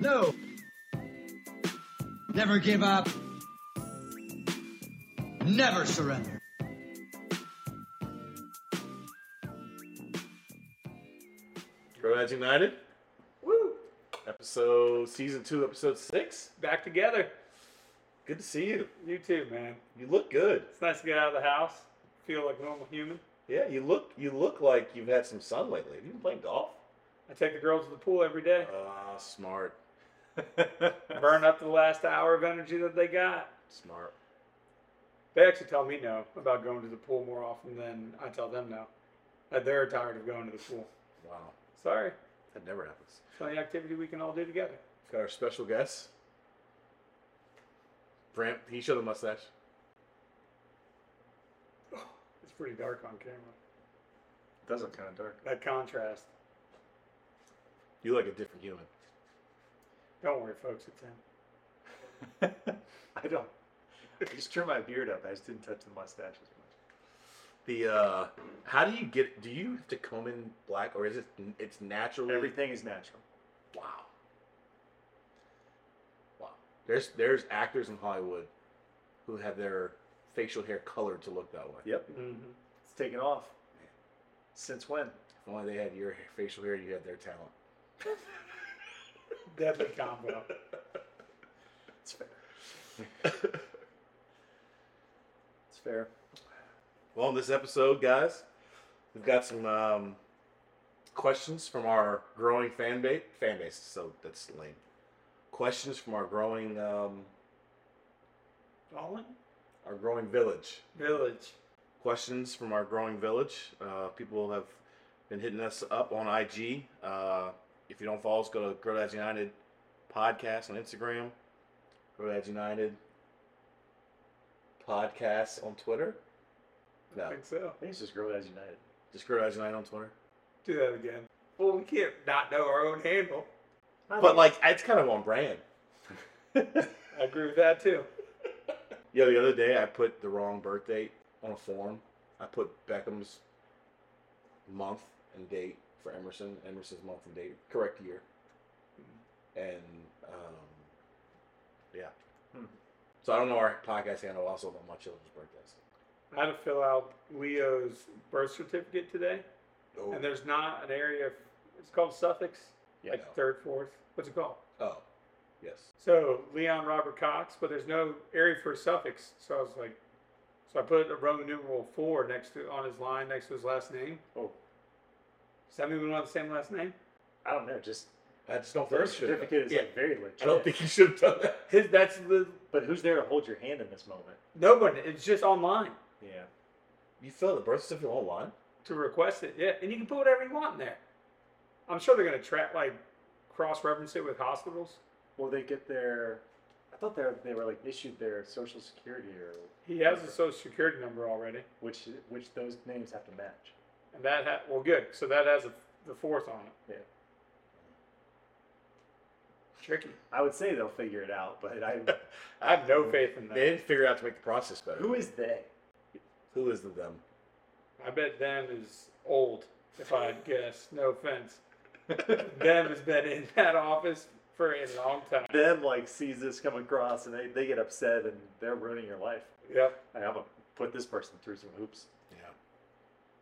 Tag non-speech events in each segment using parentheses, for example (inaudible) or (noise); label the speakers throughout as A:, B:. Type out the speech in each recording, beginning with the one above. A: No. Never give up. Never surrender.
B: Grenades United,
C: Woo!
B: episode season two, episode six.
C: Back together.
B: Good to see you.
C: You too, man.
B: You look good.
C: It's nice to get out of the house. Feel like a normal human.
B: Yeah, you look. You look like you've had some sun lately. Have you been playing golf?
C: I take the girls to the pool every day.
B: Ah, smart,
C: Burn up the last hour of energy that they got.
B: (laughs) smart.
C: They actually tell me no about going to the pool more often than I tell them no. That they're tired of going to the pool.
B: Wow,
C: Sorry.
B: that never happens.
C: It's the only activity we can all do together.
B: Got our special guest, Brant. He showed the mustache.
C: It's pretty dark on camera.
D: It does look kind of dark. (laughs)
C: That contrast.
B: You look like a different human.
C: Don't worry, folks. It's him.
D: I don't. I just trimmed my beard up. I just didn't touch the mustache as much.
B: The uh, how do you get? Do you have to comb in black, or is it? It's naturally
D: Everything is natural.
B: Wow. Wow. There's there's actors in Hollywood who have their facial hair colored to look that way.
D: Yep.
C: hmm
D: It's taken off. Since when?
B: If only they had your hair- facial hair, you had their talent.
C: Deadly combo.
D: It's
B: (laughs)
D: fair. It's fair.
B: Well, in this episode, guys, we've got some um, questions from our growing fan base. Fan base, so that's lame. Questions from our growing um,
C: Fallen
B: our growing village.
C: Village.
B: questions from our growing village. Uh, people have been hitting us up on IG. Uh, if you don't follow us, go to Girl Dads United podcast on Instagram. Girl Dads United podcast on Twitter.
C: I
B: No,
C: think so.
D: I think it's just Girl As United.
B: just Girl Dads United on Twitter.
C: Do that again. Well, we can't not know our own handle.
B: But like, it's kind of on brand.
C: I agree with that too.
B: Yeah, the other day I put the wrong birth date on a form. I put Beckham's month and date for Emerson, Emerson's month and date, correct year. And um, yeah.
D: Hmm.
B: So I don't know our podcast handle. I also don't know my children's birthdays.
C: I had to fill out Leo's birth certificate today,
B: Oh,
C: and there's not an area. Of, it's called suffix,
B: yeah,
C: like
B: no.
C: third, fourth. What's it called?
B: oh, yes.
C: So Leon Robert Cox, but there's no area for a suffix. So I was like, so I put a Roman numeral four next to on his line next to his last name.
D: Oh,
C: Does that mean we don't have the same last name?
D: I don't know. Just
B: I just don't think
D: birth
B: you should've done-
D: certificate is
B: yeah,
D: like very legit.
B: I don't think you should have done that. (laughs)
C: His that's the
D: But who's there to hold your hand in this moment?
C: no one. It's just online
D: Yeah.
B: You fill out the birth certificate online?
C: to request it. Yeah, and you can put whatever you want in there. I'm sure they're gonna track like cross reference it with hospitals.
D: Well, they get their. I thought they were, they were like issued their social security or
C: He has a social security number already.
D: which which those names have to match.
C: And that ha- well, good. So that has a, the fourth on it.
D: Yeah.
C: Tricky.
D: I would say they'll figure it out, but I
C: I have no faith in
B: They
C: that.
B: didn't figure out to make the process better.
D: who is they?
B: Who is the them?
C: I bet them is old, if I had guessed. No offense. them has been in that office for a long time.
D: Them like sees this come across and they, they get upset and they're ruining your life.
C: Yep.
D: Hey, I'm gonna put this person through some hoops.
B: Yeah.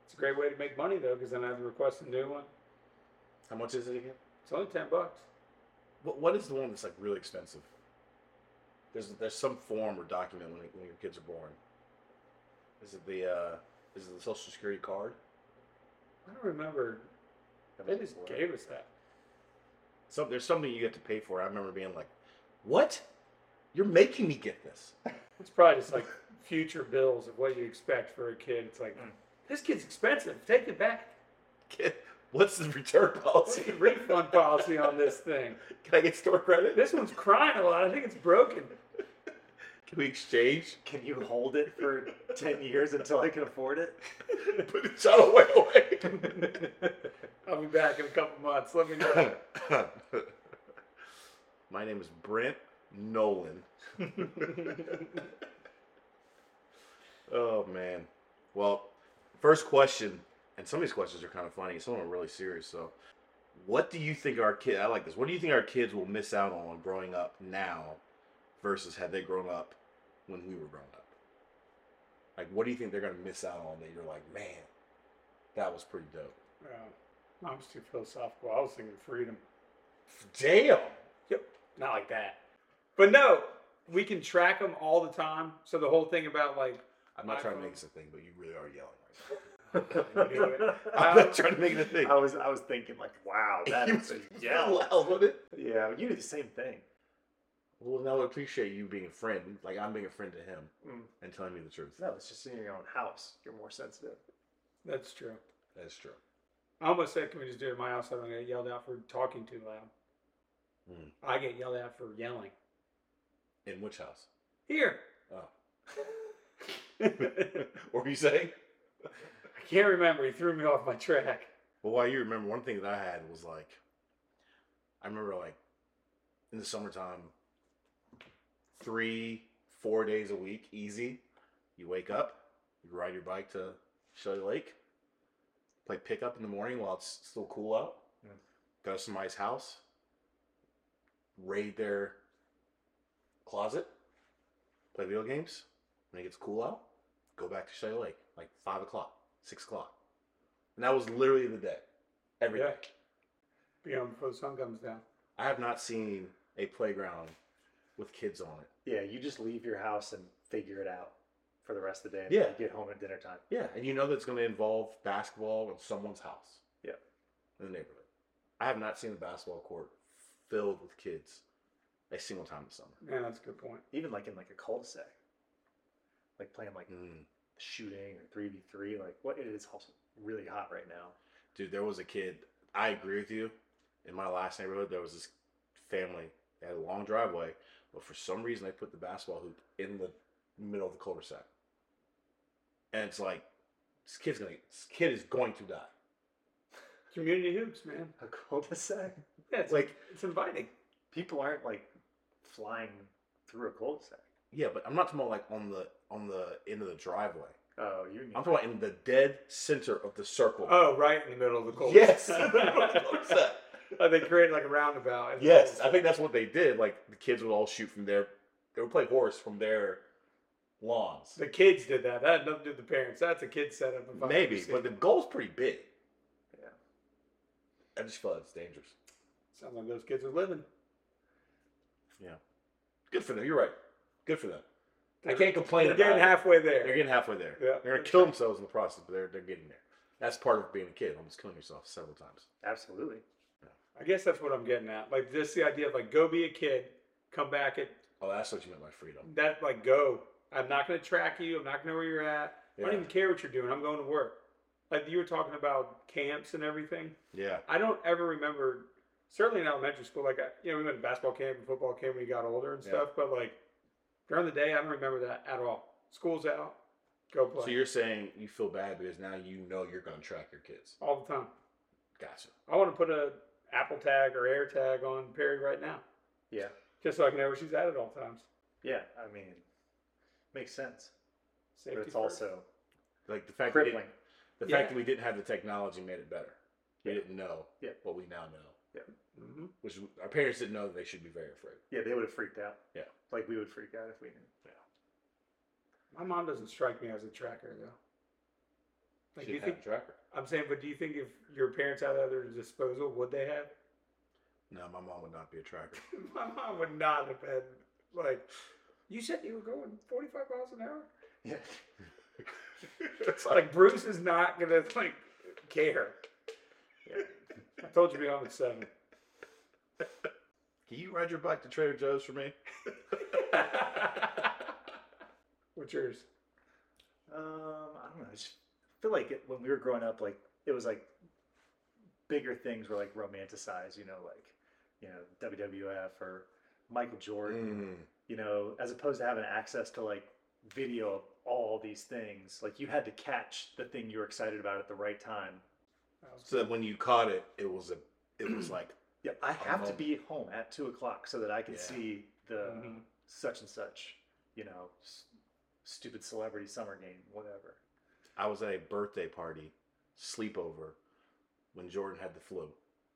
C: It's a great way to make money though, because then I have to request a new one.
B: How much is it again?
C: It's only ten bucks.
B: What what is the one that's like really expensive? There's there's some form or document when, when your kids are born. Is it the uh, is it the social security card?
C: I don't remember. They just gave us that.
B: Some there's something you have to pay for. I remember being like, "What? You're making me get this." (laughs)
C: It's probably just like future bills of what you expect for a kid. It's like
D: Mm.
C: this kid's expensive. Take it back.
B: Kid, What's the return
C: (laughs) What's
B: policy?
C: the refund policy on this thing?
B: (laughs) Can I get store credit?
C: This one's crying a lot. I think it's broken.
B: Can we exchange? (laughs)
D: Can you hold it for ten years until I can afford it?
B: Put the child
C: (laughs)
B: away.
C: I'll be back in a couple months. Let me (laughs) know.
B: away. (coughs) My name is Brent Nolan. (laughs) Oh man. Well, first question, and some of these questions are kind of funny. Some of them are really serious. So, What do you think our kid? I like this. What do you think our kids will miss out on growing up now, versus had they grown up when we were growing up? Like, what do you think they're gonna miss out on that you're like, man, that was pretty dope.
C: Uh, I was too philosophical. I was thinking freedom.
B: Damn.
C: not like that. But no, we can track them all the time. So the whole thing about like
B: I'm not
C: My
B: trying to
C: phone.
B: make this a thing, but you really are yelling right
C: knew it.
D: (laughs)
B: now. (laughs) I'm
C: Uh,
B: not trying to make it a (laughs) thing.
D: I was I was thinking like,
B: (laughs)
D: wow, that is a yell.
B: wasn't it?
D: Yeah, you do the same thing.
B: Well, now I appreciate you being a friend. Like I'm being a friend to him
D: Mm.
B: and telling me the truth.
D: No, it's just in your own house. You're more sensitive.
C: that's true.
B: That's true.
C: I almost said, "Can we just do it at my house?" I don't get yelled out for talking too loud.
B: Hmm.
C: I get yelled out for yelling
B: In which house? (laughs)
C: here.
B: Oh.
C: I
B: what were you saying?
C: can't remember. He threw me off my track.
B: Well, while you remember, one thing that I had was like, I remember like in the summertime, three, four days a week, easy. You wake up, you ride your bike to Shelley Lake, play pickup in the morning while it's still cool out,
D: Yeah.
B: go to somebody's house, raid their closet, play video games. When it gets cool out, go back to Shelley Lake, like five o'clock, six o'clock. And that was literally the day. every day.
C: Yeah. Be on before the sun comes down.
B: I have not seen a playground with kids on it.
D: Yeah, you just leave your house and figure it out for the rest of the day.
B: Yeah.
D: You get home at dinner time.
B: Yeah, and you know that's going to involve basketball in someone's house.
D: Yeah.
B: In the neighborhood. I have not seen a basketball court filled with kids a single time this summer.
C: Man, that's a good point.
D: Even like in like a cul-de-sac, like playing like
B: Mm.
D: shooting or three v three. Like what it is also really hot right now.
B: Dude, there was a kid. I agree with you. In my last neighborhood, there was this family. They had a long driveway, but for some reason, they put the basketball hoop in the middle of the cul-de-sac. And it's like, this kid's gonna, this kid is going to die.
C: Community hoops, man.
D: A cul-de-sac.
C: Yeah, it's,
B: Like,
C: it's inviting.
D: People aren't like flying through a cul-de-sac.
B: Yeah, but I'm not talking about like on the on the end of the driveway.
D: Oh, you mean
B: I'm talking about in the dead center of the circle.
C: Oh, right in the middle of the cold.
B: yes. (laughs)
C: (laughs)
B: Cul-de-sac.
C: Uh, they created like a roundabout. in the
B: yes,
C: cul-de-sac.
B: I think that's what they did. Like the kids would all shoot from their they would play horse from their lawns.
C: The kids did that. That had nothing to do with the parents. That's a kid setup. if I've ever
B: Maybe,
C: seen
B: but
C: it.
B: the goal's pretty big.
D: Yeah.
B: I just feel like it's dangerous.
C: sounds like those kids are living.
B: Good for them. You're right. Good for them. I
C: They're-
B: can't complain
C: They're
B: about
C: getting
B: it.
C: halfway
B: They're
C: there.
B: getting halfway there.
C: Yeah.
B: They're gonna kill themselves in the process, but they're they're getting there. That's part of being a kid, almost killing yourself several times.
D: absolutely.
C: I guess that's what I'm getting at. Like just the idea of like go be a kid, come back at
B: Oh, that's what you meant by freedom.
C: that like go. I'm not gonna track you. I'm not gonna know where you're at. I
B: Yeah.
C: don't even care what you're doing. I'm going to work. Like you were talking about camps and everything.
B: Yeah.
C: I don't ever remember. Certainly in elementary school, like I, you know, we went to basketball camp and football camp when we got older and
B: Yeah.
C: stuff. But like during the day, I don't remember that at all. School's out, go play
B: So you're saying you feel bad because now you know you're going to track your kids.
C: all the time.
B: Gotcha.
C: I want to put a Apple tag or Air tag on Perry right now,
D: Yeah.
C: just so I can know where she's at at all times.
D: Yeah. I mean, makes sense.
C: Safety
D: but it's
C: first.
D: also
B: Like the fact
D: crippling.
B: that the
C: Yeah.
B: fact that we didn't have the technology made it better. We
D: Yeah.
B: didn't know
D: Yeah.
B: what we now know,
C: Mhm.
B: which our parents didn't know that they should be very afraid.
D: Yeah, they would have freaked out.
B: Yeah.
D: Like we would freak out if we knew.
C: My mom doesn't strike me as a tracker though. Like, do
B: Should
C: you
B: have
C: think
B: a tracker.
C: I'm saying, but do you think if your parents had that at their disposal, would they have?
B: No, my mom would not be a tracker.
C: (laughs) My mom would not have been like, you said you were going 45 miles an hour.
D: Yeah.
C: (laughs) It's like Bruce is not gonna like care.
D: Yeah.
C: I told you to be on at seven. (laughs)
B: Can you ride your bike to Trader Joe's for me?
C: What's yours?
D: Um, I don't know. I just feel like it, when we were growing up, like it was like bigger things were like romanticized. You know, like you know WWF or Michael Jordan.
B: Mm.
D: You know, as opposed to having access to like video of all these things, like you had to catch the thing you were excited about at the right time.
C: That was
B: So that when you caught it, it was a, it was like,
D: Yeah, I have to
B: moment.
D: be at home at two o'clock so that I can
B: Yeah.
D: see the
C: Mhm.
D: such and such. You know, s- stupid celebrity summer game, whatever.
B: I was at a birthday party, sleepover, when Jordan had the flu.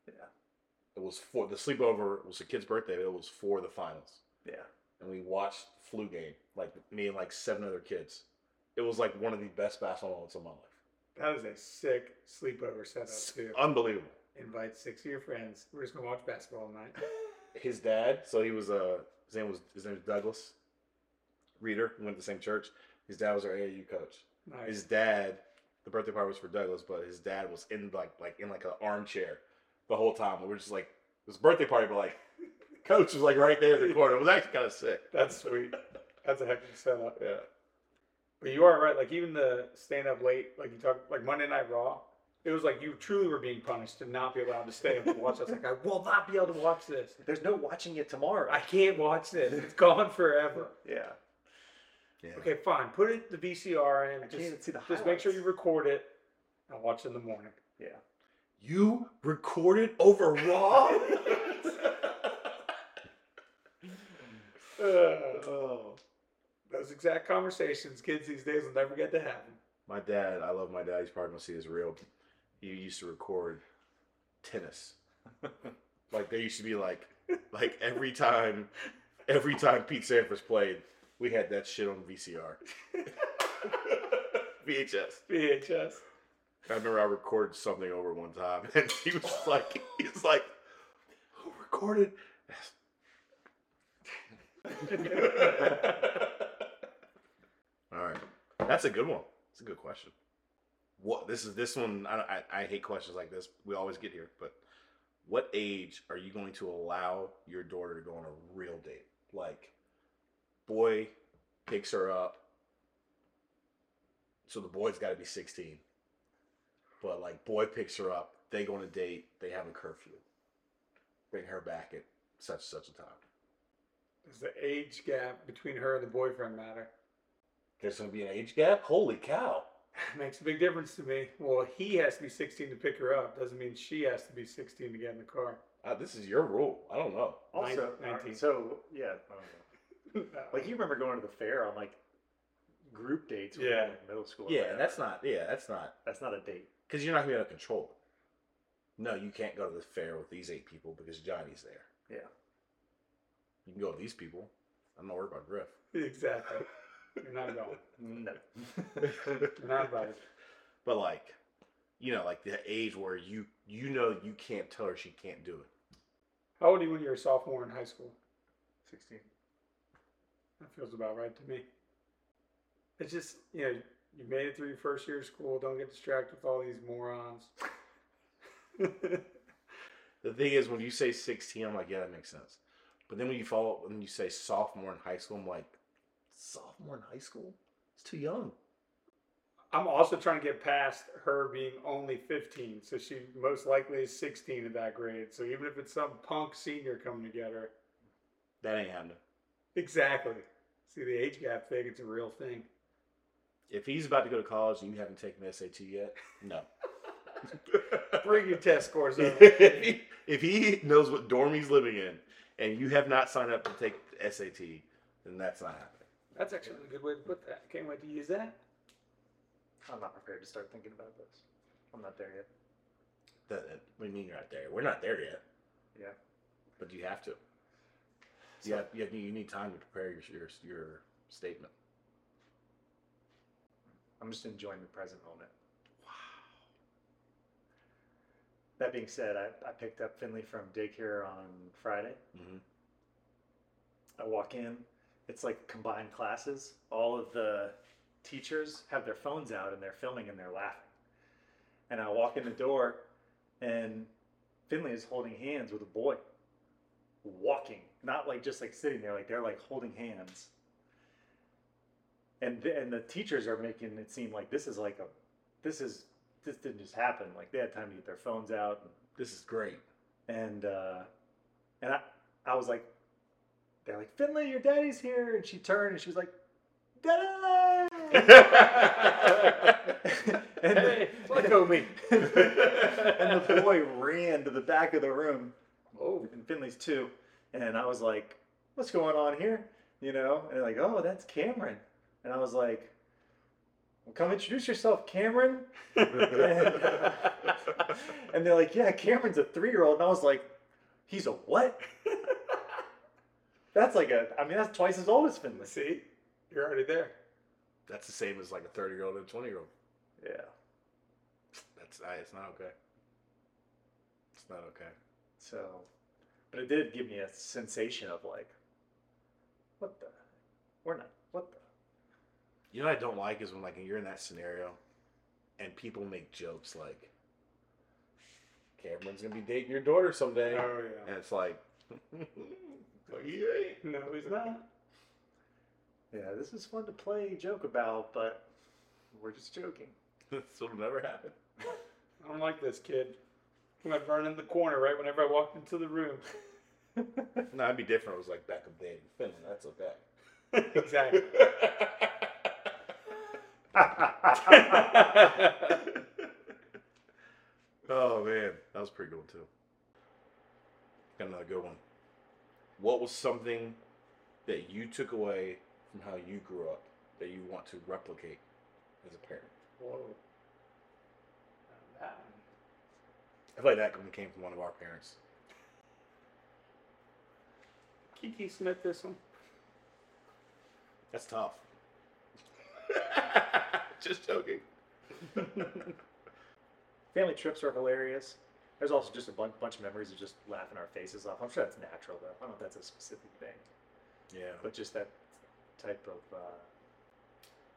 D: Yeah.
B: It was for the sleepover. It was a kid's birthday. But it was for the finals,
D: Yeah.
B: and we watched the flu game. Like me and like seven other kids. It was like one of the best basketball moments of my life.
C: That is a sick sleepover setup
B: It's
C: too.
B: unbelievable.
C: Invite six of your friends. We're just gonna watch basketball (laughs) tonight.
B: His dad. So he was uh his name was his name was Douglas Reader. We went to the same church. His dad was our AAU coach.
C: Nice.
B: his dad the birthday party was for Douglas, but his dad was in like like in like an armchair the whole time. We were just like this birthday party, but like (laughs) coach was like right there in the corner. It was actually kind of sick.
C: That's sweet. That's a heck of a setup.
B: Yeah.
C: But you are right. Like even the staying up late, like you talk, like Monday Night Raw, it was like you truly were being punished to not be allowed to stay up and watch. I was like, I will not be able to watch this.
D: There's no watching it tomorrow.
C: I can't watch this. It's gone forever.
D: yeah.
B: Yeah.
C: Okay, fine. Put it the VCR in.
D: I
C: Just,
D: can't even see the
C: just make sure you
D: highlights.
C: record it. I'll watch it in the
D: (laughs)
C: morning.
D: Yeah.
B: You recorded over Raw? (laughs)
D: Oh.
C: Uh,
D: Oh.
C: those exact conversations kids these days will never get to have. (laughs)
B: my dad, I love my dad. He's probably gonna see his real. He used to record tennis. like there used to be like like every time every time Pete Sampras played, we had that shit on VCR. VHS.
C: (laughs) VHS.
B: I remember I recorded something over one time, (laughs) and he was just like, he was like, who recorded? All right, that's a good one. That's a good question. What this is this one? I, I I hate questions like this. We always get here, but what age are you going to allow your daughter to go on a real date? Like, boy picks her up, so the boy's got to be sixteen. But like, boy picks her up. They go on a date. They have a curfew. Bring her back at such such a time.
C: Does the age gap between her and the boyfriend matter? (laughs)
B: There's gonna be an age gap. Holy cow!
C: Makes a big difference to me. Well, he has to be 16 to pick her up. Doesn't mean she has to be 16 to get in the car. (laughs)
B: Uh, this is your rule. I don't know.
D: Also, uh,
C: Nine- Oh, 19.
D: so yeah. I don't know.
C: No.
D: Like you remember going to the fair on like group dates when you
C: Yeah.
D: were in middle school. or
B: Yeah,
D: whatever.
B: that's not. Yeah, that's not.
D: that's not a date.
B: Because you're not gonna be able to control it. No, you can't go to the fair with these eight people because Johnny's there.
D: Yeah.
B: You can go with these people. I'm not worried about Griff.
C: exactly. You're not going.
D: (laughs) No.
C: You're not about it.
B: But like, you know, like the age where you you know you can't tell her she can't do it.
C: How old are you when you're a sophomore in high school?
D: Sixteen.
C: That feels about right to me. It's just, you know, you made it through your first year of school. Don't get distracted with all these morons. (laughs)
B: The thing is, when you say 16, I'm like, yeah, that makes sense. But then when you follow up and you say sophomore in high school, I'm like, sophomore in high school? It's too young.
C: I'm also trying to get past her being only 15. So she most likely is 16 in that grade. So even if it's some punk senior coming to get her.
B: That ain't happening.
C: Exactly. See, the age gap thing, it's a real thing.
B: If he's about to go to college and you haven't taken the SAT yet, (laughs) no.
C: Bring your test scores
B: (laughs) if,
C: over.
B: he, if he knows what dorm he's living in and you have not signed up to take the SAT, then that's not happening.
C: That's actually a good way to put that. Can't wait to use that.
D: I'm not prepared to start thinking about this. I'm not there yet.
B: That, that- what do you mean you're not there? We're not there yet,
D: Yeah.
B: but you have to.
D: So,
B: Yeah, you, have, you need time to prepare your your, your statement.
D: I'm just enjoying the present moment. That being said, I, I picked up Finley from daycare on Friday.
B: hmm
D: I walk in, it's like combined classes. All of the teachers have their phones out and they're filming and they're laughing. And I walk in the door, and Finley is holding hands with a boy, walking, not like just like sitting there, like they're like holding hands. And the, and the teachers are making it seem like this is like a, this is this didn't just happen. Like they had time to get their phones out and
B: This is (laughs) great.
D: and uh, and I, I was like, they're like, Finley, your daddy's here, and she turned and she was like, Daddy! (laughs) and,
C: Hey, (laughs) let go of me.
D: and the boy ran to the back of the room,
C: Oh,
D: and Finley's too, and I was like, what's going on here? You know, and they're like, oh, that's Cameron, and I was like, Well, come introduce yourself, Cameron.
B: That's
D: (laughs) and they're like, yeah, Cameron's a three year old. And I was like, he's a what? (laughs) That's like a, I mean, that's twice as old as Finley.
C: See, you're already there.
B: the same as like a 30 year old and a 20 year old.
D: Yeah.
B: That's I, it's not okay. It's not okay.
D: So, but it did give me a sensation of like, what the? We're not, what the?
B: You know what I don't like is when like you're in that scenario, and people make jokes like, "Cameron's gonna be dating your daughter someday,"
C: Oh
B: and it's like, (laughs)
C: yeah. Yay. No, he's not.
D: Yeah, this is fun to play joke about, but we're just joking.
B: this will never happen. (laughs)
C: I don't like this kid. I'm gonna burn in the corner right whenever I walk into the room.
B: No, I'd be different. It was like Beckham dating Finland. That's okay.
C: (laughs)
D: (laughs)
C: exactly. (laughs)
B: (laughs) oh man, that was a pretty good one too. Got another good one. What was something that you took away from how you grew up that you want to replicate as a parent?
C: Whoa. Now that one.
B: I feel like that one came from one of our parents.
C: Kiki Smith, this one.
B: That's tough. (laughs) Just joking.
D: Family trips are hilarious. There's also just a bunch, bunch of memories of just laughing our faces off. I'm sure that's natural, though. I don't know if that's a specific thing,
B: (laughs) Yeah.
D: but just that type of. Uh,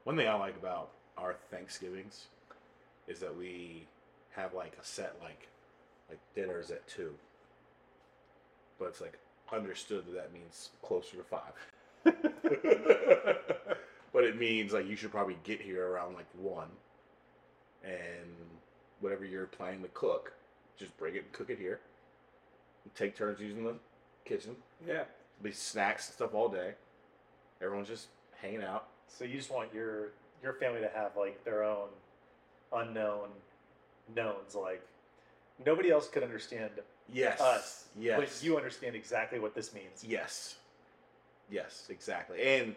B: One thing I like about our Thanksgivings is that we have like a set like like dinners at two, but it's like understood that that means closer to five. (laughs) but it means like you should probably get here around like one, and whatever you're planning to cook, just bring it and cook it here. take turns using the kitchen.
C: Yeah.
B: Be snacks and stuff all day. Everyone's just hanging out.
D: so you just want your your family to have like their own unknown knowns, like nobody else could understand
B: Yes.
D: us,
B: Yes.
D: but you understand exactly what this means.
B: Yes. Yes, exactly. And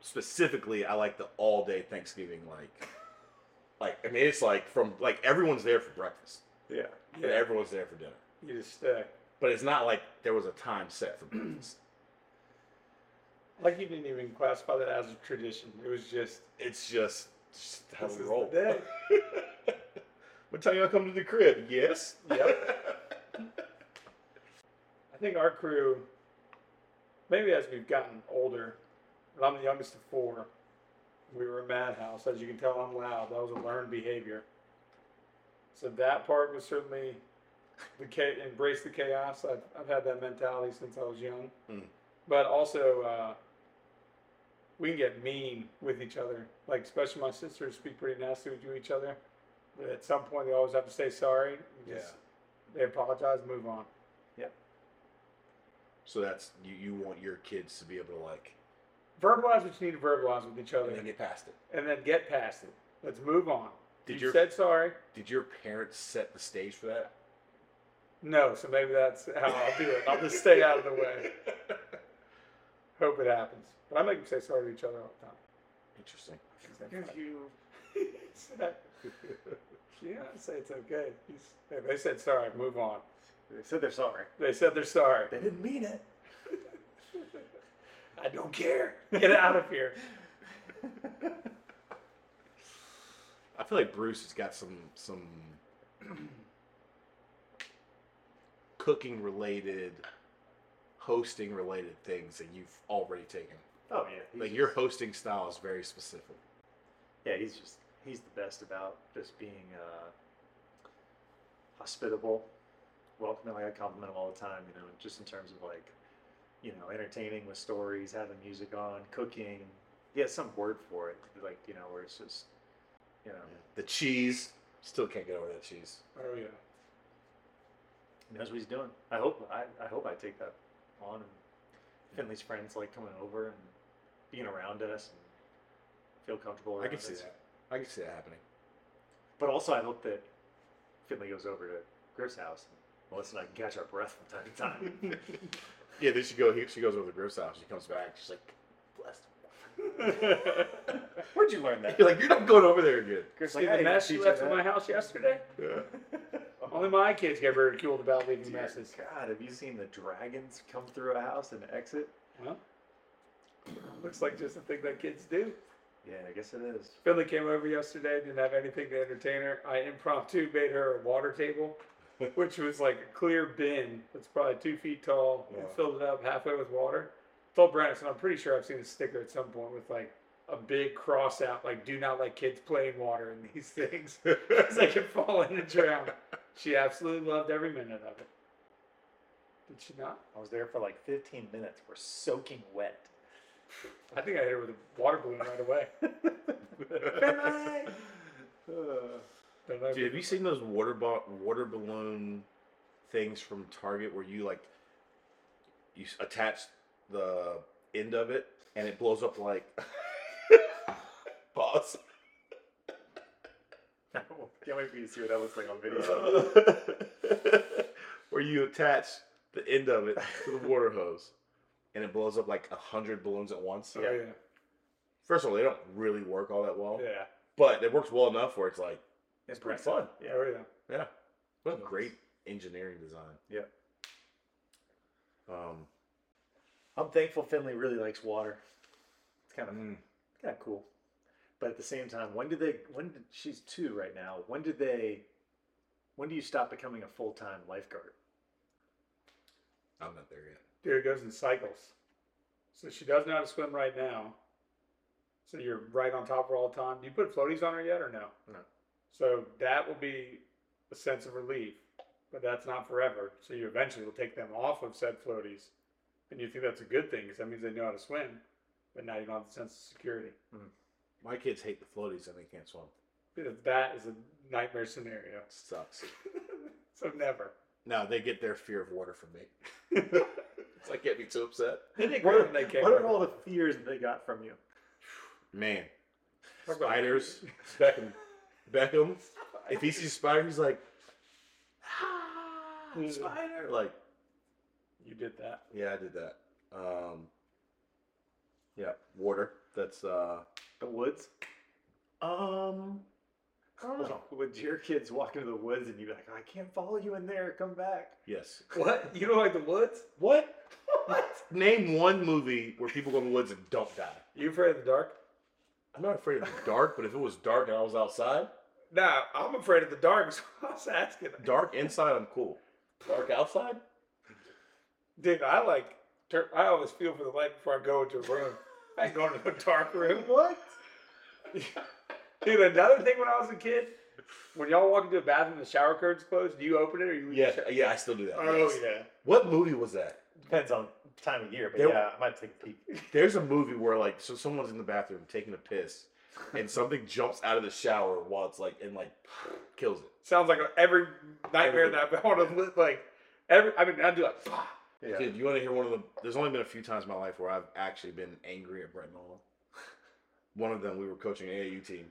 B: specifically, I like the all day Thanksgiving. Like, like I mean, it's like from like everyone's there for breakfast
D: Yeah.
B: and everyone's there for dinner.
C: You just stay.
B: But it's not like there was a time set for breakfast.
C: Like you didn't even classify that as a tradition. It was just
B: It's just, just how
C: this
B: we
C: is
B: roll.
C: the day.
B: (laughs) what time y'all come to the crib? Yes.
C: I think our crew, maybe as we've gotten older, and I'm the youngest of four, we were a madhouse. As you can tell, I'm loud. That was a learned behavior. So that part was certainly the cha- embrace the chaos. I've, I've had that mentality since I was young.
B: Mm.
C: But also, uh, we can get mean with each other. Like, especially my sisters speak pretty nasty to each other. But at some point, they always have to say sorry. You Just, They apologize, move on.
B: (laughs) So that's you. You want your kids to be able to like
C: verbalize what you need to verbalize with each other
B: and then get past it.
C: and then get past it. Let's move on.
B: Did
C: you
B: your-
C: said sorry?
B: Did your parents set the stage for that?
C: No, so maybe that's how I'll do it. I'll just stay out of the
D: (laughs)
C: way. Hope it happens. But I make them say sorry to each other all
B: Interesting.
C: the time. you
D: (laughs)
C: (laughs) Yeah, I say it's okay. Just- hey, They said sorry, move on.
D: They said they're sorry.
C: They said they're sorry.
D: They didn't mean it.
C: (laughs) I don't care.
D: (laughs)
C: Get out of here.
B: I feel like Bruce has got some some cooking related, hosting related things that you've already taken.
D: Oh yeah. he's
B: Like your
D: just-
B: hosting style is very specific.
D: Yeah, he's just he's the best about just being uh, hospitable, welcoming. Like I compliment him all the time, you know, just in terms of like, you know, entertaining with stories, having music on, cooking. He has some word for it, like you know, where it's just, you know,
B: The cheese, still can't get over that cheese.
C: Oh yeah.
D: he knows what he's doing. I hope I, I hope I take that on. And Finley's friends like coming over and being around us and feel comfortable.
B: Oh, I can
D: around
B: see
D: us.
B: that. I can see that happening.
D: But also, I hope that Finley goes over to Griff's house and lets us not catch our breath from time to time.
B: (laughs) Yeah, then she go. He, she goes over to Griff's house. She comes back. She's like, blessed.
D: (laughs) Where'd you learn
B: (laughs)
D: that?
B: You're like, you're not going over there again.
D: Chris,
C: See
D: I
C: the
D: didn't
C: mess
D: teach
C: you
D: you
C: left in
D: that. Oh,
C: my house yesterday?
B: Yeah.
D: (laughs)
C: Only my kids get ridiculed about leaving
D: Dear
C: messes.
D: God, have you seen the dragons come through a house and exit?
C: Well, looks like just a thing that kids do.
D: Yeah, I guess it is.
C: Finley came over yesterday, didn't have anything to entertain her. I impromptu made her a water table, which was like a clear bin that's probably two feet tall and
B: Yeah.
C: filled it up halfway with water. Told Brandon, so I'm pretty sure I've seen a sticker at some point with like a big cross out, like do not let kids play in water in these things because they can fall in and drown. She absolutely loved every minute of it. Did she not?
D: I was there for like 15 minutes. We're soaking wet. (laughs)
C: I think I hit her with a water balloon right (laughs) away.
D: (laughs) Uh, (laughs)
C: Don't know if
B: Dude, have you seen those water bo- water balloon things from Target where you like you s- attach the end of it and it blows up like (laughs) boss?
D: Can't wait for you to see what that looks like on video.
B: (laughs) where you attach the end of it to the water hose and it blows up like a hundred balloons at once.
C: Oh, yeah.
B: First of all, they don't really work all that well,
C: Yeah.
B: but it works well enough where it's like
D: It's
B: pretty
D: pretty
B: fun.
C: Yeah. Oh, yeah.
B: Yeah. What a
D: Nice.
B: great engineering design.
D: Yeah.
B: Um,
D: I'm thankful Finley really likes water. It's kind of kind of cool. But at the same time, when did they? When did she's two right now? When did they? When do you stop becoming a full time (laughs) lifeguard?
B: I'm not there yet.
C: Dude, it goes in cycles. So she does know how to swim right now. So you're right on top of her all the time. Do you put floaties on her yet or no?
D: No.
C: So that will be a sense of relief, but that's not forever. So you eventually will take them off of said floaties. And you think that's a good thing because that means they know how to swim, but now you don't have the sense of security.
B: My kids hate the floaties and they can't swim.
C: Dude, That is a nightmare scenario.
B: sucks.
C: so never. (laughs)
B: No, they get their fear of water from me. It's like get me too upset.
C: They did
D: What
C: great when
D: are,
C: they came
D: what are
C: over.
D: all the fears that they got from you?
B: Man,
C: Talk about-
B: spiders.
C: (laughs)
B: Beckham. Beckham. If he sees a spider, he's like, ah,
C: Yeah.
B: spider. Like,
C: You did that.
B: yeah, I did that. Um, yeah, water. That's uh,
D: The woods?
B: um, I don't
D: (laughs)
B: know.
D: Would your kids walk into the woods and you'd be like, I can't follow you in there. Come back.
B: Yes.
C: What? You don't like the woods?
B: What? Name one movie where people go in the woods and don't die.
C: (laughs) You afraid of the dark?
B: I'm not afraid of the dark, but if it was dark and I was outside,
C: Nah, I'm afraid of the dark. (laughs) So I was asking.
B: dark inside, I'm cool. Dark outside?
C: Dude, I like. Tur- I always feel for the light before I go into a room. I ain't going into a dark room.
D: What?
C: (laughs) Dude, another thing when I was a kid, when y'all walk into a bathroom and the shower curtain's closed, do you open it or you? leave
B: Yeah,
C: the sho-
B: yeah, I still do that.
C: Oh
B: yes.
C: yeah.
B: What movie was that?
D: Depends on time of year, but
B: There-
D: yeah, I might take a peek.
B: There's a movie where like so someone's in the bathroom taking a piss and something jumps out of the shower while it's like and like (sighs) kills it.
C: Sounds like every nightmare that I've been on. a li- Like every. I mean, I do like.
D: Yeah. (laughs)
B: Dude, you want to hear one of the? There's only been a few times in my life where I've actually been angry at Brett Nolan. one of them, we were coaching an AAU team,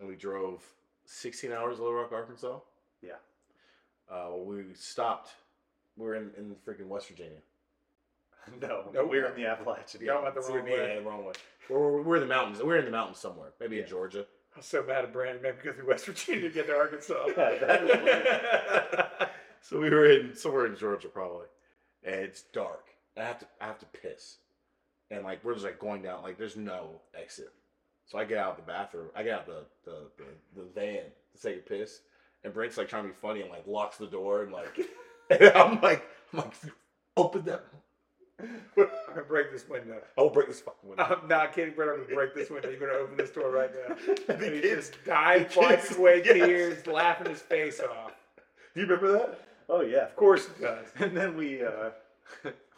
B: and we drove 16 hours to Little Rock, Arkansas.
D: Yeah.
B: Uh, we stopped. We were in, in freaking West Virginia.
D: No,
C: No,
D: we're
C: no.
D: in the Appalachian.
C: Yeah. Y'all went the
B: So we-
C: wrong way.
B: Yeah, the wrong way. We're, we're, we're in the mountains. We're in the mountains somewhere. Maybe
D: Yeah.
B: in (laughs) Georgia.
C: I'm so mad at Brandon. Maybe go through West Virginia to get to Arkansas.
D: (laughs)
C: (laughs)
D: Yeah, that
B: So we were in somewhere in Georgia probably, and it's dark. I have to I have to piss, and like we're just like going down like there's no exit. So I get out the bathroom. I get out the the the, the van to take a piss, and Brent's like trying to be funny and like locks the door and like (laughs) and I'm like I'm like open that.
C: I'm gonna break this window.
B: I'll break this fucking window.
C: I'm not kidding, Brett. I'm gonna break this window. You're gonna open this door right (laughs) now.
B: And
C: And
B: the
C: he
B: kids-
C: just died,
B: the
C: wiping
B: kids-
C: away
B: yes.
C: tears, laughing his face off.
B: Do you remember that?
D: Oh yeah,
C: Of course he does.
D: (laughs) and then we uh,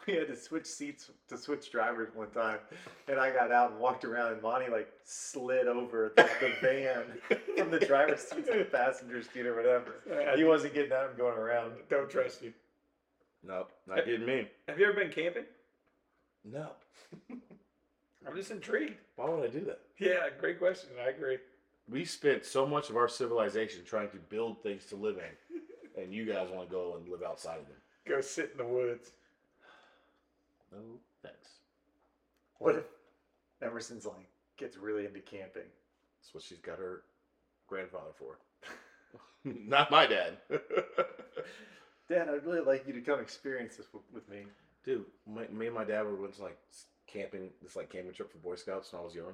D: we had to switch seats to switch drivers one time, and I got out and walked around, and Monty like slid over the, the van from the driver's seat to the passenger seat or whatever.
C: Uh,
D: He wasn't getting out and going around.
C: don't trust you.
B: Nope, not getting me.
C: Have you ever been camping?
B: No.
C: I'm just intrigued.
B: Why would I do that?
C: Yeah, great question. I agree.
B: We spent so much of our civilization trying to build things to live
C: (laughs)
B: in, and you guys want to go and live outside of them.
C: Go (laughs) sit in the woods.
B: No thanks.
D: What if Emerson's like gets really into camping.
B: That's what she's got her grandfather for. (laughs) Not my dad. (laughs)
D: Dad, I'd really like you to come experience this w- with me.
B: Dude, my, me and my dad were once like s- camping, this like camping trip for Boy Scouts when I was young. And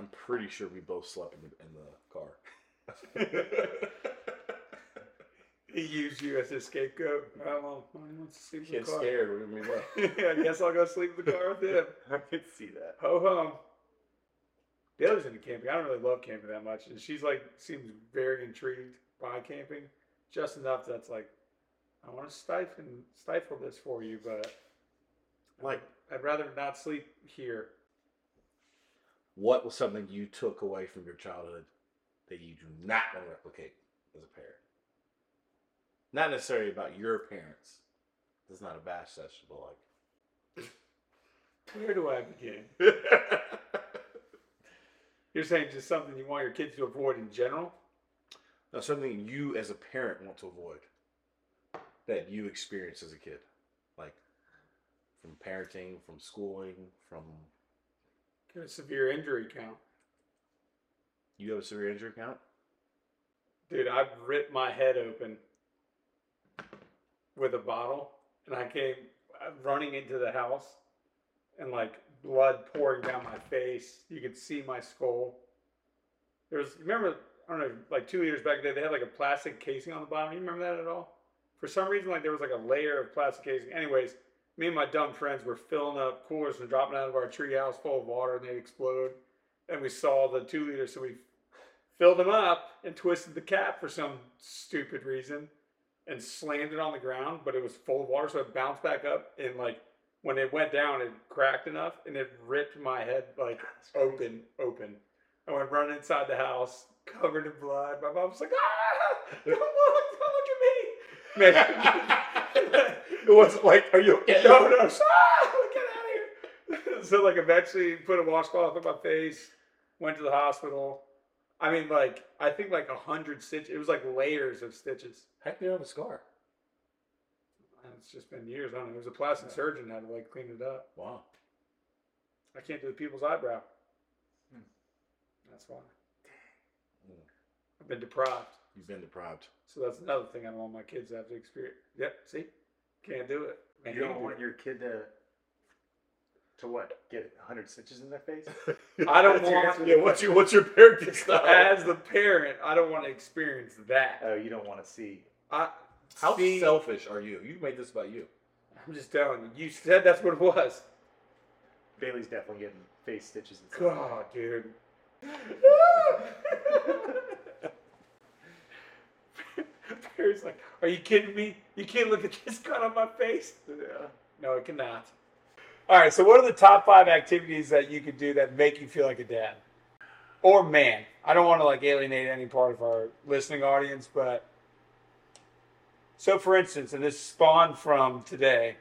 B: I'm pretty sure we both slept in, in the car.
C: He used you as his scapegoat. Right, well, he wants to sleep in
B: Kid
C: the (laughs) car.
B: scared. I mean, what?
C: I guess I'll go sleep in the car with him.
D: I could see that.
C: Ho hum. Oh, um, The other's into camping. I don't really love camping that much, and she's like seems very intrigued by camping, just enough that's like, I want to stifle stifle this for you, but
B: Like-
C: I'd rather not sleep here.
B: what was something you took away from your childhood that you do not want to replicate as a parent? Not necessarily about your parents. This is not a bash session, but (laughs) like
C: Where do I begin? You're saying just something you want your kids to avoid in general?
B: no, something you as a parent want to avoid that you experienced as a kid, like from parenting, from schooling, from
C: Get a severe injury count,
B: you have a severe injury count.
C: dude. I've ripped my head open with a bottle, and I came I'm running into the house, and like blood pouring down my face. You could see my skull. There was remember I don't know like two years back then they had like a plastic casing on the bottom. You remember that at all? For some reason, like there was like a layer of plastic casing. Anyways, me and my dumb friends were filling up coolers and dropping out of our tree house full of water, and they'd explode. And we saw the two liters, so we filled them up and twisted the cap for some stupid reason and slammed it on the ground, but it was full of water, so it bounced back up. And like when it went down, it cracked enough and it ripped my head like open, open. I went running inside the house, covered in blood. My mom was like, "Ah, (laughs) don't look, don't look (laughs) at me."
B: It wasn't like, are you okay?
C: no, no, (laughs) stop! Get out of here! (laughs) so, like, eventually put a washcloth on my face, went to the hospital. I mean, like, I think like a hundred stitches. It was like layers of stitches.
B: How do you have a scar?
C: And It's just been years. I don't know. It was a plastic
D: Yeah.
C: surgeon that had to like clean it up.
B: Wow.
C: I can't do the people's eyebrow.
D: Hmm.
C: That's why.
B: Hmm.
C: I've been deprived.
B: You've been deprived.
C: So that's another thing I don't want my kids to have to experience. Yep, see? Can't do it. I
D: You
C: hate
D: don't
C: doing
D: want
C: it.
D: your kid to to what? Get 100 stitches in their face?
C: I don't
D: That's your
C: want
D: answer to
B: Yeah,
D: the
B: what's your what's your (laughs) parenting style?
C: As the parent, I don't want to experience that.
D: Oh, you don't want to see.
C: I,
B: How
C: see,
B: selfish are you? You made this about you.
C: I'm just telling you. You said that's what it was.
D: Bailey's definitely getting face stitches. And stuff.
C: God, dude. Perry's like, "Are you kidding me? You can't look at this cut on my face."
D: Yeah.
C: No, it cannot. All right. So, what are the top five activities that you could do that make you feel like a dad or man? I don't want to like alienate any part of our listening audience, but so for instance, and this spawned from today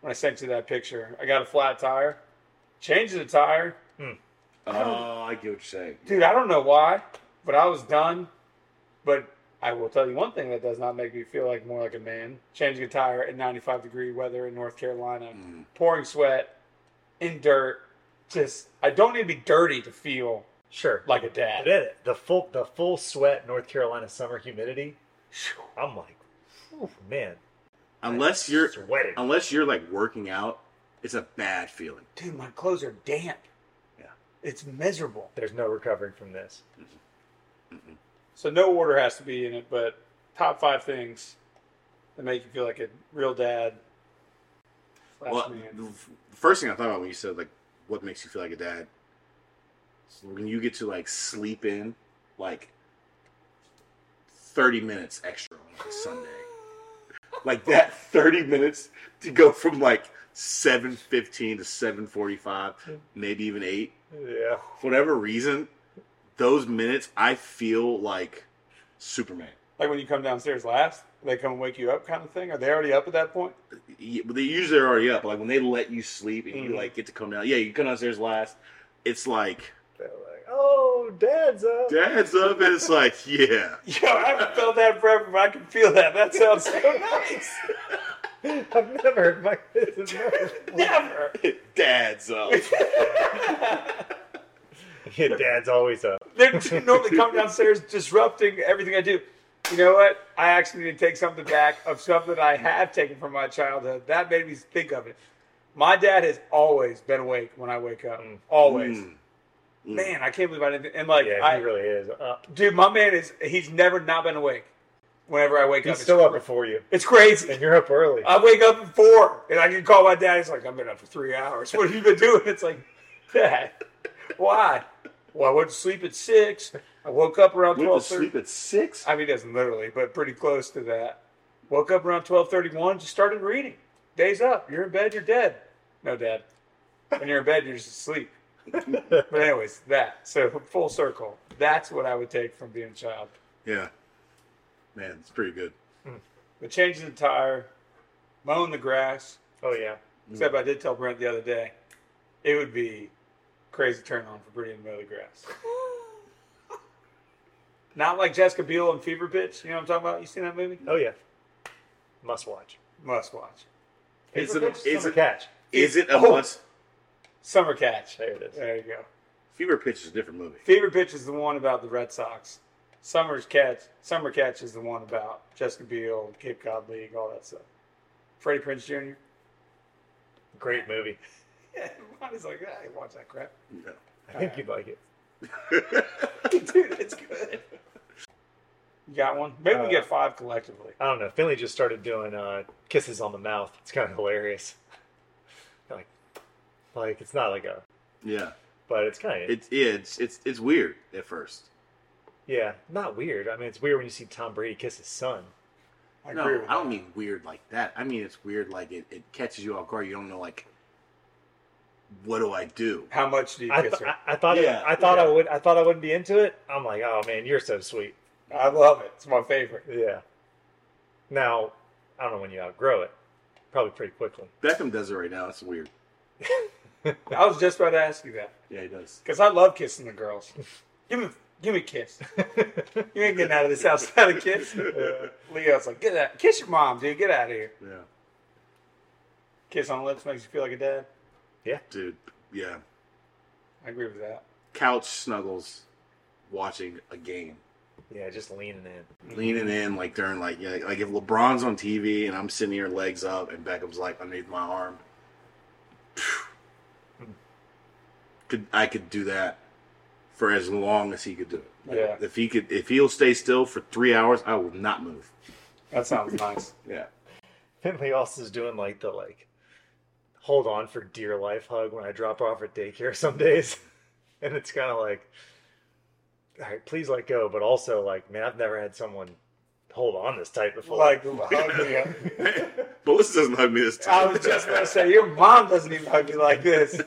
C: when I sent you that picture. I got a flat tire, changed the tire,
B: Oh, I get what you're saying.
C: dude. I don't know why, but I was done. But I will tell you one thing that does not make me feel like more like a man: changing a tire in 95 degree weather in North Carolina
B: Mm.
C: pouring sweat in dirt. Just I don't need to be dirty to feel
D: Sure.
C: like a dad.
D: Yeah, the full the full sweat North Carolina summer humidity. I'm like, ooh, man,
B: Unless you're
D: sweating.
B: unless you're like working out, it's a bad feeling.
C: Dude, my clothes are damp.
B: Yeah.
C: It's miserable.
D: There's no recovering from this.
C: So no order has to be in it, but top five things that make you feel like a real dad. Slash
B: Well,
C: man.
B: the f- first thing I thought about when you said like what makes you feel like a dad, is when you get to like sleep in like thirty minutes extra on like, a Sunday, like that (laughs) thirty minutes to go from like seven fifteen to seven forty five, maybe even eight.
D: Yeah.
B: For whatever reason, those minutes I feel like Superman.
C: Like when you come downstairs last, they come and wake you up, kind of thing. Are they already up at that point? (laughs)
B: Yeah, but they usually are already up. Like when they let you sleep and
C: Mhm.
B: you like get to come down. Yeah, you come downstairs last. It's like
D: They're like, oh, dad's up.
B: dad's up, and it's like (laughs) yeah.
C: Yo, I haven't felt that forever, but I can feel that. That sounds so
D: (laughs)
C: nice.
D: I've never (laughs) heard my kids. as much.
B: (laughs)
C: Never.
B: Dad's up.
D: Your dad's always up.
C: They're t- normally come downstairs disrupting everything I do. You know what? I actually need to take something back of something I have taken from my childhood. That made me think of it. My dad has always been awake when I wake up.
D: Mm.
C: Always.
B: Mm. Mm.
C: Man, I can't believe I didn't. And like,
D: Yeah, he
C: I,
D: really is. Uh,
C: dude, my man is, he's never not been awake whenever I wake up.
D: he's
C: It's
D: still up
C: cra-
D: before you,
C: It's crazy.
D: and you're up early.
C: I wake up at four and I can call my dad. He's like, I've been up for three hours. (laughs) What have you been doing? It's like, Dad, why? Well, I went to sleep at six. I woke up around
B: Went to
C: twelve thirty.
B: sleep at six.
C: I mean, it doesn't literally, but pretty close to that. Woke up around twelve thirty-one. Just started reading. Day's up. You're in bed. You're dead. No, Dad. When you're in bed, you're
B: (laughs)
C: just asleep. but anyways, that so full circle. That's what I would take from being a child.
B: Yeah, man, it's pretty good.
C: But changing the tire, mowing the grass,
D: oh yeah,
C: Except I did tell Brent the other day, it would be crazy turn on for Brittany to mow the grass. (laughs) Not like Jessica Biel in Fever Pitch. You know what I'm talking about? You seen that movie?
D: oh yeah. Must watch.
C: Must watch.
B: Is
D: Paper
B: it-
D: pitch,
B: is
D: summer
B: it-
D: catch?
B: Is it a
C: Oh.
B: must?
C: Summer Catch.
D: There it is.
C: There you go.
B: Fever Pitch is a different movie.
C: Fever Pitch is the one about the Red Sox. Summer's Catch. Summer Catch is the one about Jessica Biel, Cape Cod League, all that stuff. Freddie Prince Jr.
D: Great movie.
C: (laughs) Yeah, Ronnie's like, I ain't watch that crap. (laughs)
B: (laughs)
D: I think you'd like it.
B: No.
C: Dude, it's good. You got one? Maybe we
D: Uh,
C: get five collectively.
D: I don't know. Finley just started doing uh, kisses on the mouth. It's kind of hilarious. (laughs) like, like it's not like a,
B: yeah,
D: but it's kind of
B: it's it's it's it's weird at first.
D: yeah, not weird. I mean, it's weird when you see Tom Brady kiss his son.
C: I
B: no,
C: agree with
B: I don't
C: that.
B: mean weird like that. I mean it's weird like it, it catches you off guard. You don't know like, what do I do?
C: How much do you
D: I,
C: kiss
D: th-
C: her?
D: I, I thought
B: Yeah,
D: I thought I
C: yeah.
D: would I thought I wouldn't be into it. I'm like, oh man, you're so sweet.
C: I, love it. It's my favorite.
D: Yeah. Now, I don't know when you outgrow it. Probably pretty quickly. (laughs)
B: Beckham does it right now. It's weird.
C: I was just about to ask you that
B: Yeah, he does.
C: because I love kissing the girls. (laughs) Give me, give me a kiss. You ain't getting out of this house without a (laughs) kiss.
B: Yeah.
C: Leo's like, get out, kiss your mom, dude. Get out of here.
B: Yeah,
C: Kiss on the lips makes you feel like a dad.
B: dude. Yeah,
C: I agree with that.
B: couch snuggles, watching a game.
D: yeah, just leaning in.
B: leaning in like during like yeah, like if LeBron's on TV and I'm sitting here legs up and Beckham's like underneath my arm. phew, Could I could do that for as long as he could do it.
C: Yeah,
B: If he could if he'll stay still for three hours, I will not move.
C: that sounds nice.
B: Yeah.
D: (laughs) Finley also is doing like the like hold on for dear life hug when I drop her off at daycare some days. (laughs) and it's kinda like all right, please let go, but also like, man, I've never had someone hold on this tight before.
C: Like,
D: (laughs)
C: hug me up.
B: Melissa doesn't hug me this
C: I
B: time.
C: was just about to say, your mom doesn't even hug you like this.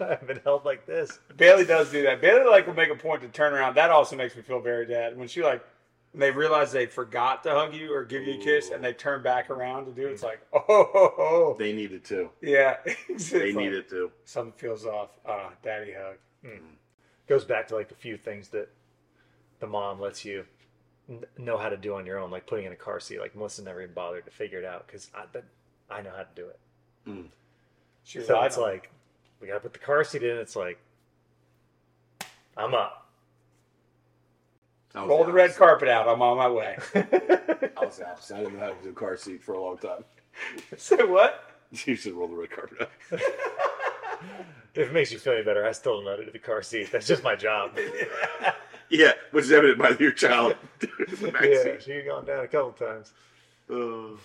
D: I've been held like this.
C: Bailey does do that. Bailey like will make a point to turn around. That also makes me feel very dad when she like when they realize they forgot to hug you or give you a kiss
B: Ooh.
C: and they turn back around to do it. It's like oh, (laughs) ho, ho.
B: (laughs) They needed to.
C: yeah, (laughs) It's
B: They
C: like,
B: needed to.
C: Something feels off. Ah, daddy hug.
D: Goes back to like the few things that the mom lets you n- know how to do on your own, like putting in a car seat. Like Melissa never even bothered to figure it out because I, but I know how to do it.
C: She
D: So
C: relied
D: it's
C: on it.
D: like we gotta put the car seat in. It's like I'm up.
B: I was
C: roll the red
B: opposite.
C: carpet out. I'm on my way.
B: I was the opposite. I didn't know how to do a car seat for a long time.
C: Say what?
B: (laughs) You should roll the red carpet (laughs) up.
D: if it makes you feel any better, I still don't know how to do the car seat. That's just my job.
B: Yeah, which is evident by your (laughs) child.
D: yeah, she's gone down a couple times.
B: Uh,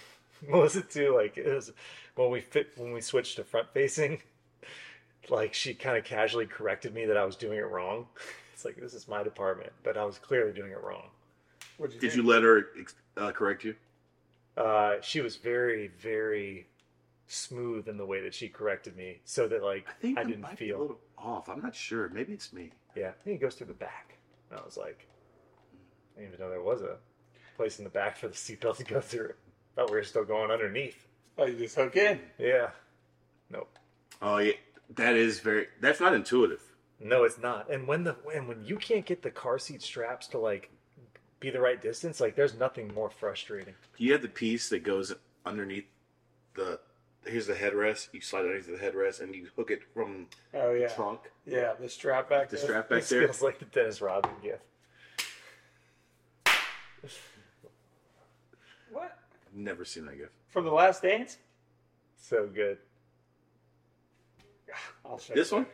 D: Melissa too, like it was when we fit when we switched to front facing, like she kind of casually corrected me that I was doing it wrong. It's like this is my department, but I was clearly doing it wrong.
C: What'd you
B: did
C: think?
B: you let her ex- uh, correct you?
D: Uh, she was very, very smooth in the way that she corrected me, so that like
B: I think
D: I
B: it
D: didn't
B: might be
D: feel.
B: a little off. I'm not sure. Maybe it's me.
D: Yeah, I think it goes through the back. And I was like, I didn't even know there was a place in the back for the seatbelt to go through. Thought we were still going underneath.
C: Oh, you just hook in.
D: Yeah. Nope.
B: Oh yeah, that is very. That's not intuitive.
D: No, it's not. And when the and when you can't get the car seat straps to like be the right distance, like there's nothing more frustrating.
B: You have the piece that goes underneath the here's the headrest. You slide underneath the headrest and you hook it from
C: Oh
E: The
C: yeah,
E: trunk,
C: yeah. The strap back.
E: the
C: there.
E: strap back
D: This
E: there.
D: feels like the Dennis Rodman gift.
C: What?
B: Never seen that gift.
C: From the Last Dance?
D: So good.
C: I'll show
B: This
C: you.
B: one?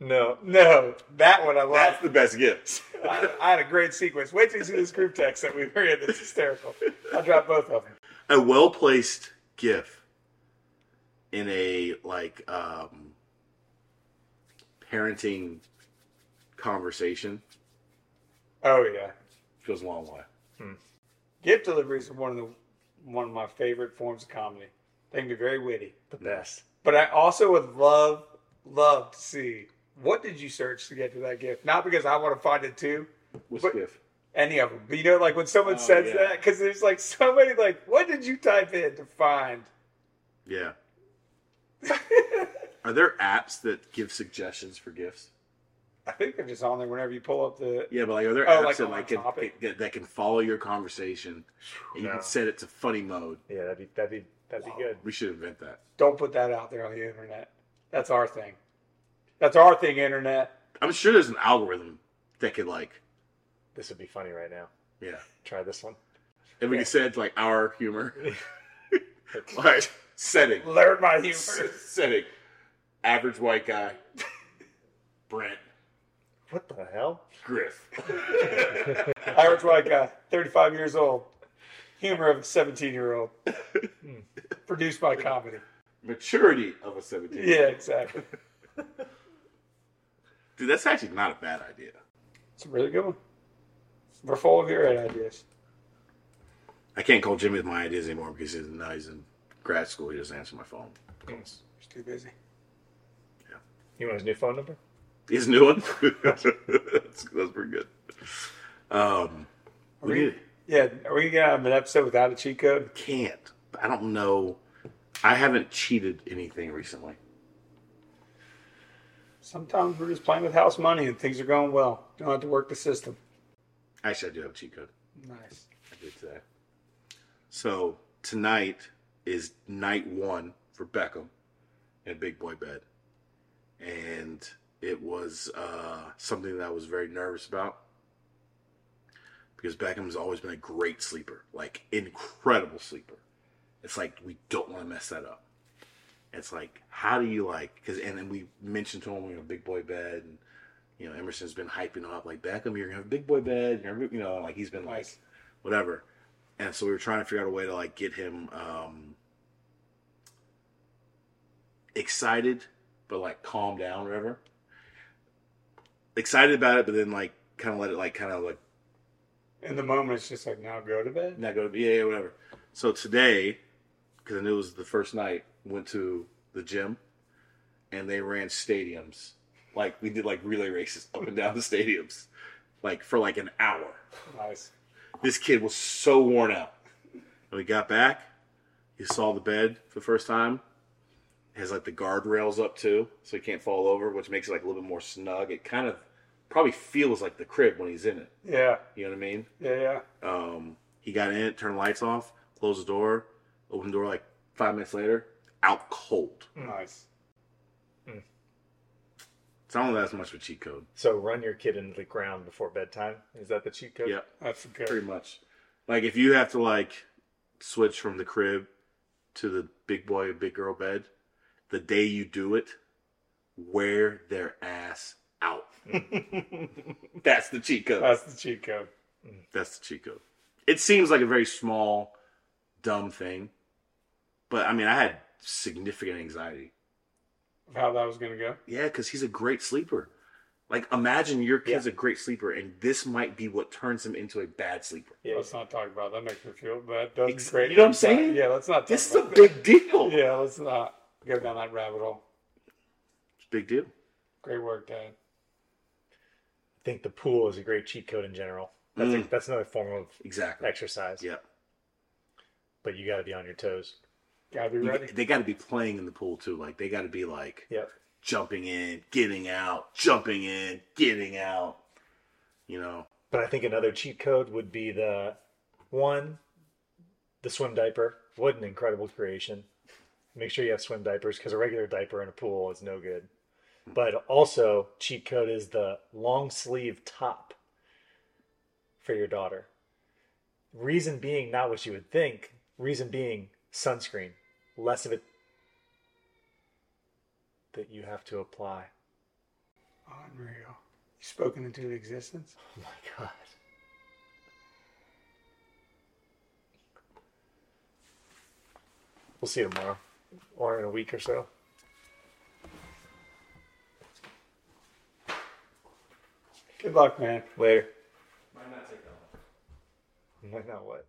D: No,
C: No, that one I
B: That's
C: love.
B: the best gift.
C: I, I had a great sequence. Wait till you see this group text that we were in. It's hysterical. I dropped both of them.
B: a well placed GIF in a like um, parenting conversation
C: Oh yeah.
B: goes a long way.
C: Gift deliveries are one of the one of my favorite forms of comedy. They can be very witty.
D: the best.
C: But I also would love, love to see what did you search to get to that gift? Not because I want to find it too,
B: What's
C: But-
B: GIF?
C: any of them. But you know, like when someone
B: Oh,
C: says
B: yeah.
C: that, because there's like so many, like, what did you type in to find? (laughs)
B: Yeah. Are there apps that give suggestions for gifts?
C: I think they're just on there whenever you pull up the.
B: Yeah, but like are there
C: Oh,
B: apps
C: like
B: that
C: on
B: like
C: the
B: can,
C: topic?
B: that, that can follow your conversation and you
D: No.
B: can set it to funny mode?
D: Yeah, that'd be that'd be that'd be good.
B: We should invent that.
C: Don't put that out there on the internet. That's our thing. That's our thing, internet.
B: I'm sure there's an algorithm that could like
D: This would be funny right now.
B: yeah.
D: Try this one.
B: And we
C: Yeah.
B: could set it to like our humor. (laughs) like setting.
C: Learn my humor. (laughs)
B: setting. Average white guy. Brent
D: What the hell?
C: (laughs)
B: Griff.
C: Average white guy, 35 uh, years old. Humor of a 17 year old. Produced by comedy.
B: Maturity of a 17.
C: Yeah, exactly.
B: Dude, that's actually not a bad idea.
C: It's a really good one. We're full of your ideas.
B: I can't call Jimmy with my ideas anymore because he's, now he's in grad school. He doesn't answer my phone.
C: He's too busy.
D: You want his new phone number?
B: His new one? (laughs) that's, that's pretty good. Um,
C: Are
B: we
C: we-
B: need,
C: Yeah, are we gonna have an episode without a cheat code?
B: can't. I don't know. I haven't cheated anything recently.
C: Sometimes we're just playing with house money and things are going well. Don't have to work the system.
B: Actually, I do have a cheat code.
C: Nice.
B: I did today. So tonight is night one for Beckham in Big Boy Bed. And it was uh, something that I was very nervous about because Beckham's always been a great sleeper, like incredible sleeper. It's like we don't want to mess that up. It's like how do you like because and then we mentioned to him you know big boy bed and you know Emerson's been hyping up like Beckham you're gonna have a big boy bed you're gonna, you know like he's been like
C: Nice.
B: whatever. And so we were trying to figure out a way to like get him um excited but like calm down or whatever. Excited about it, but then like kind of let it like kind of like
C: In the moment, it's just like now go to bed.
B: not go to yeah, yeah whatever. So today, because I knew it was the first night, went to the gym, and they ran stadiums. Like we did like relay races up and down the stadiums, like for like an hour
C: Nice.
B: this kid was so worn out. And we got back. He saw the bed for the first time. It has like the guardrails up too, so he can't fall over, which makes it like a little bit more snug. It kind of probably feels like the crib when he's in it.
C: Yeah,
B: You know what I mean?
C: yeah, yeah.
B: Um, he got in it, turned the lights off, closed the door, opened the door like five minutes later, out cold.
C: Nice.
B: So I don't know if that's much of a cheat code.
D: So run your kid into the ground before bedtime. Is that the cheat code?
B: Yeah,
C: That's good.
B: pretty much. Like if you have to like switch from the crib to the big boy big girl bed, the day you do it, wear their ass out. That's the cheat code.
C: That's the cheat code.
B: That's the cheat code. It seems like a very small, dumb thing, but I mean, I had significant anxiety.
C: Of how that was gonna go.
B: Yeah, because he's a great sleeper. Like, imagine your kid's a great sleeper, and this might be what turns him into a bad sleeper.
D: Yeah.
C: Let's not talk about it. that. Makes me feel bad. Doesn't
B: Ex-
C: create-
B: you know what I'm saying?
C: Yeah, let's not. Talk
B: This is a
C: about
B: big deal.
C: that. Yeah, let's not go down that rabbit hole.
B: It's a big deal.
C: Great work, Dad.
D: I think the pool is a great cheat code in general. That's a,
B: Mm.
D: that's another form of
B: Exactly.
D: exercise.
B: Yeah.
D: But you got to be on your toes.
C: Gotta be ready.
B: They got to be playing in the pool too. Like they got to be like
D: Yep.
B: jumping in, getting out, jumping in, getting out. You know,
D: But I think another cheat code would be the one, the swim diaper. What an incredible creation. Make sure you have swim diapers because a regular diaper in a pool is no good. But also, cheat code is the long sleeve top for your daughter. Reason being, not what you would think. Reason being, sunscreen. Less of it that you have to apply.
C: Unreal. You spoken into existence.
D: Oh my god. We'll see you tomorrow or in a week or so.
C: Good luck, man.
D: Later.
F: Might not take that long.
D: Might not what.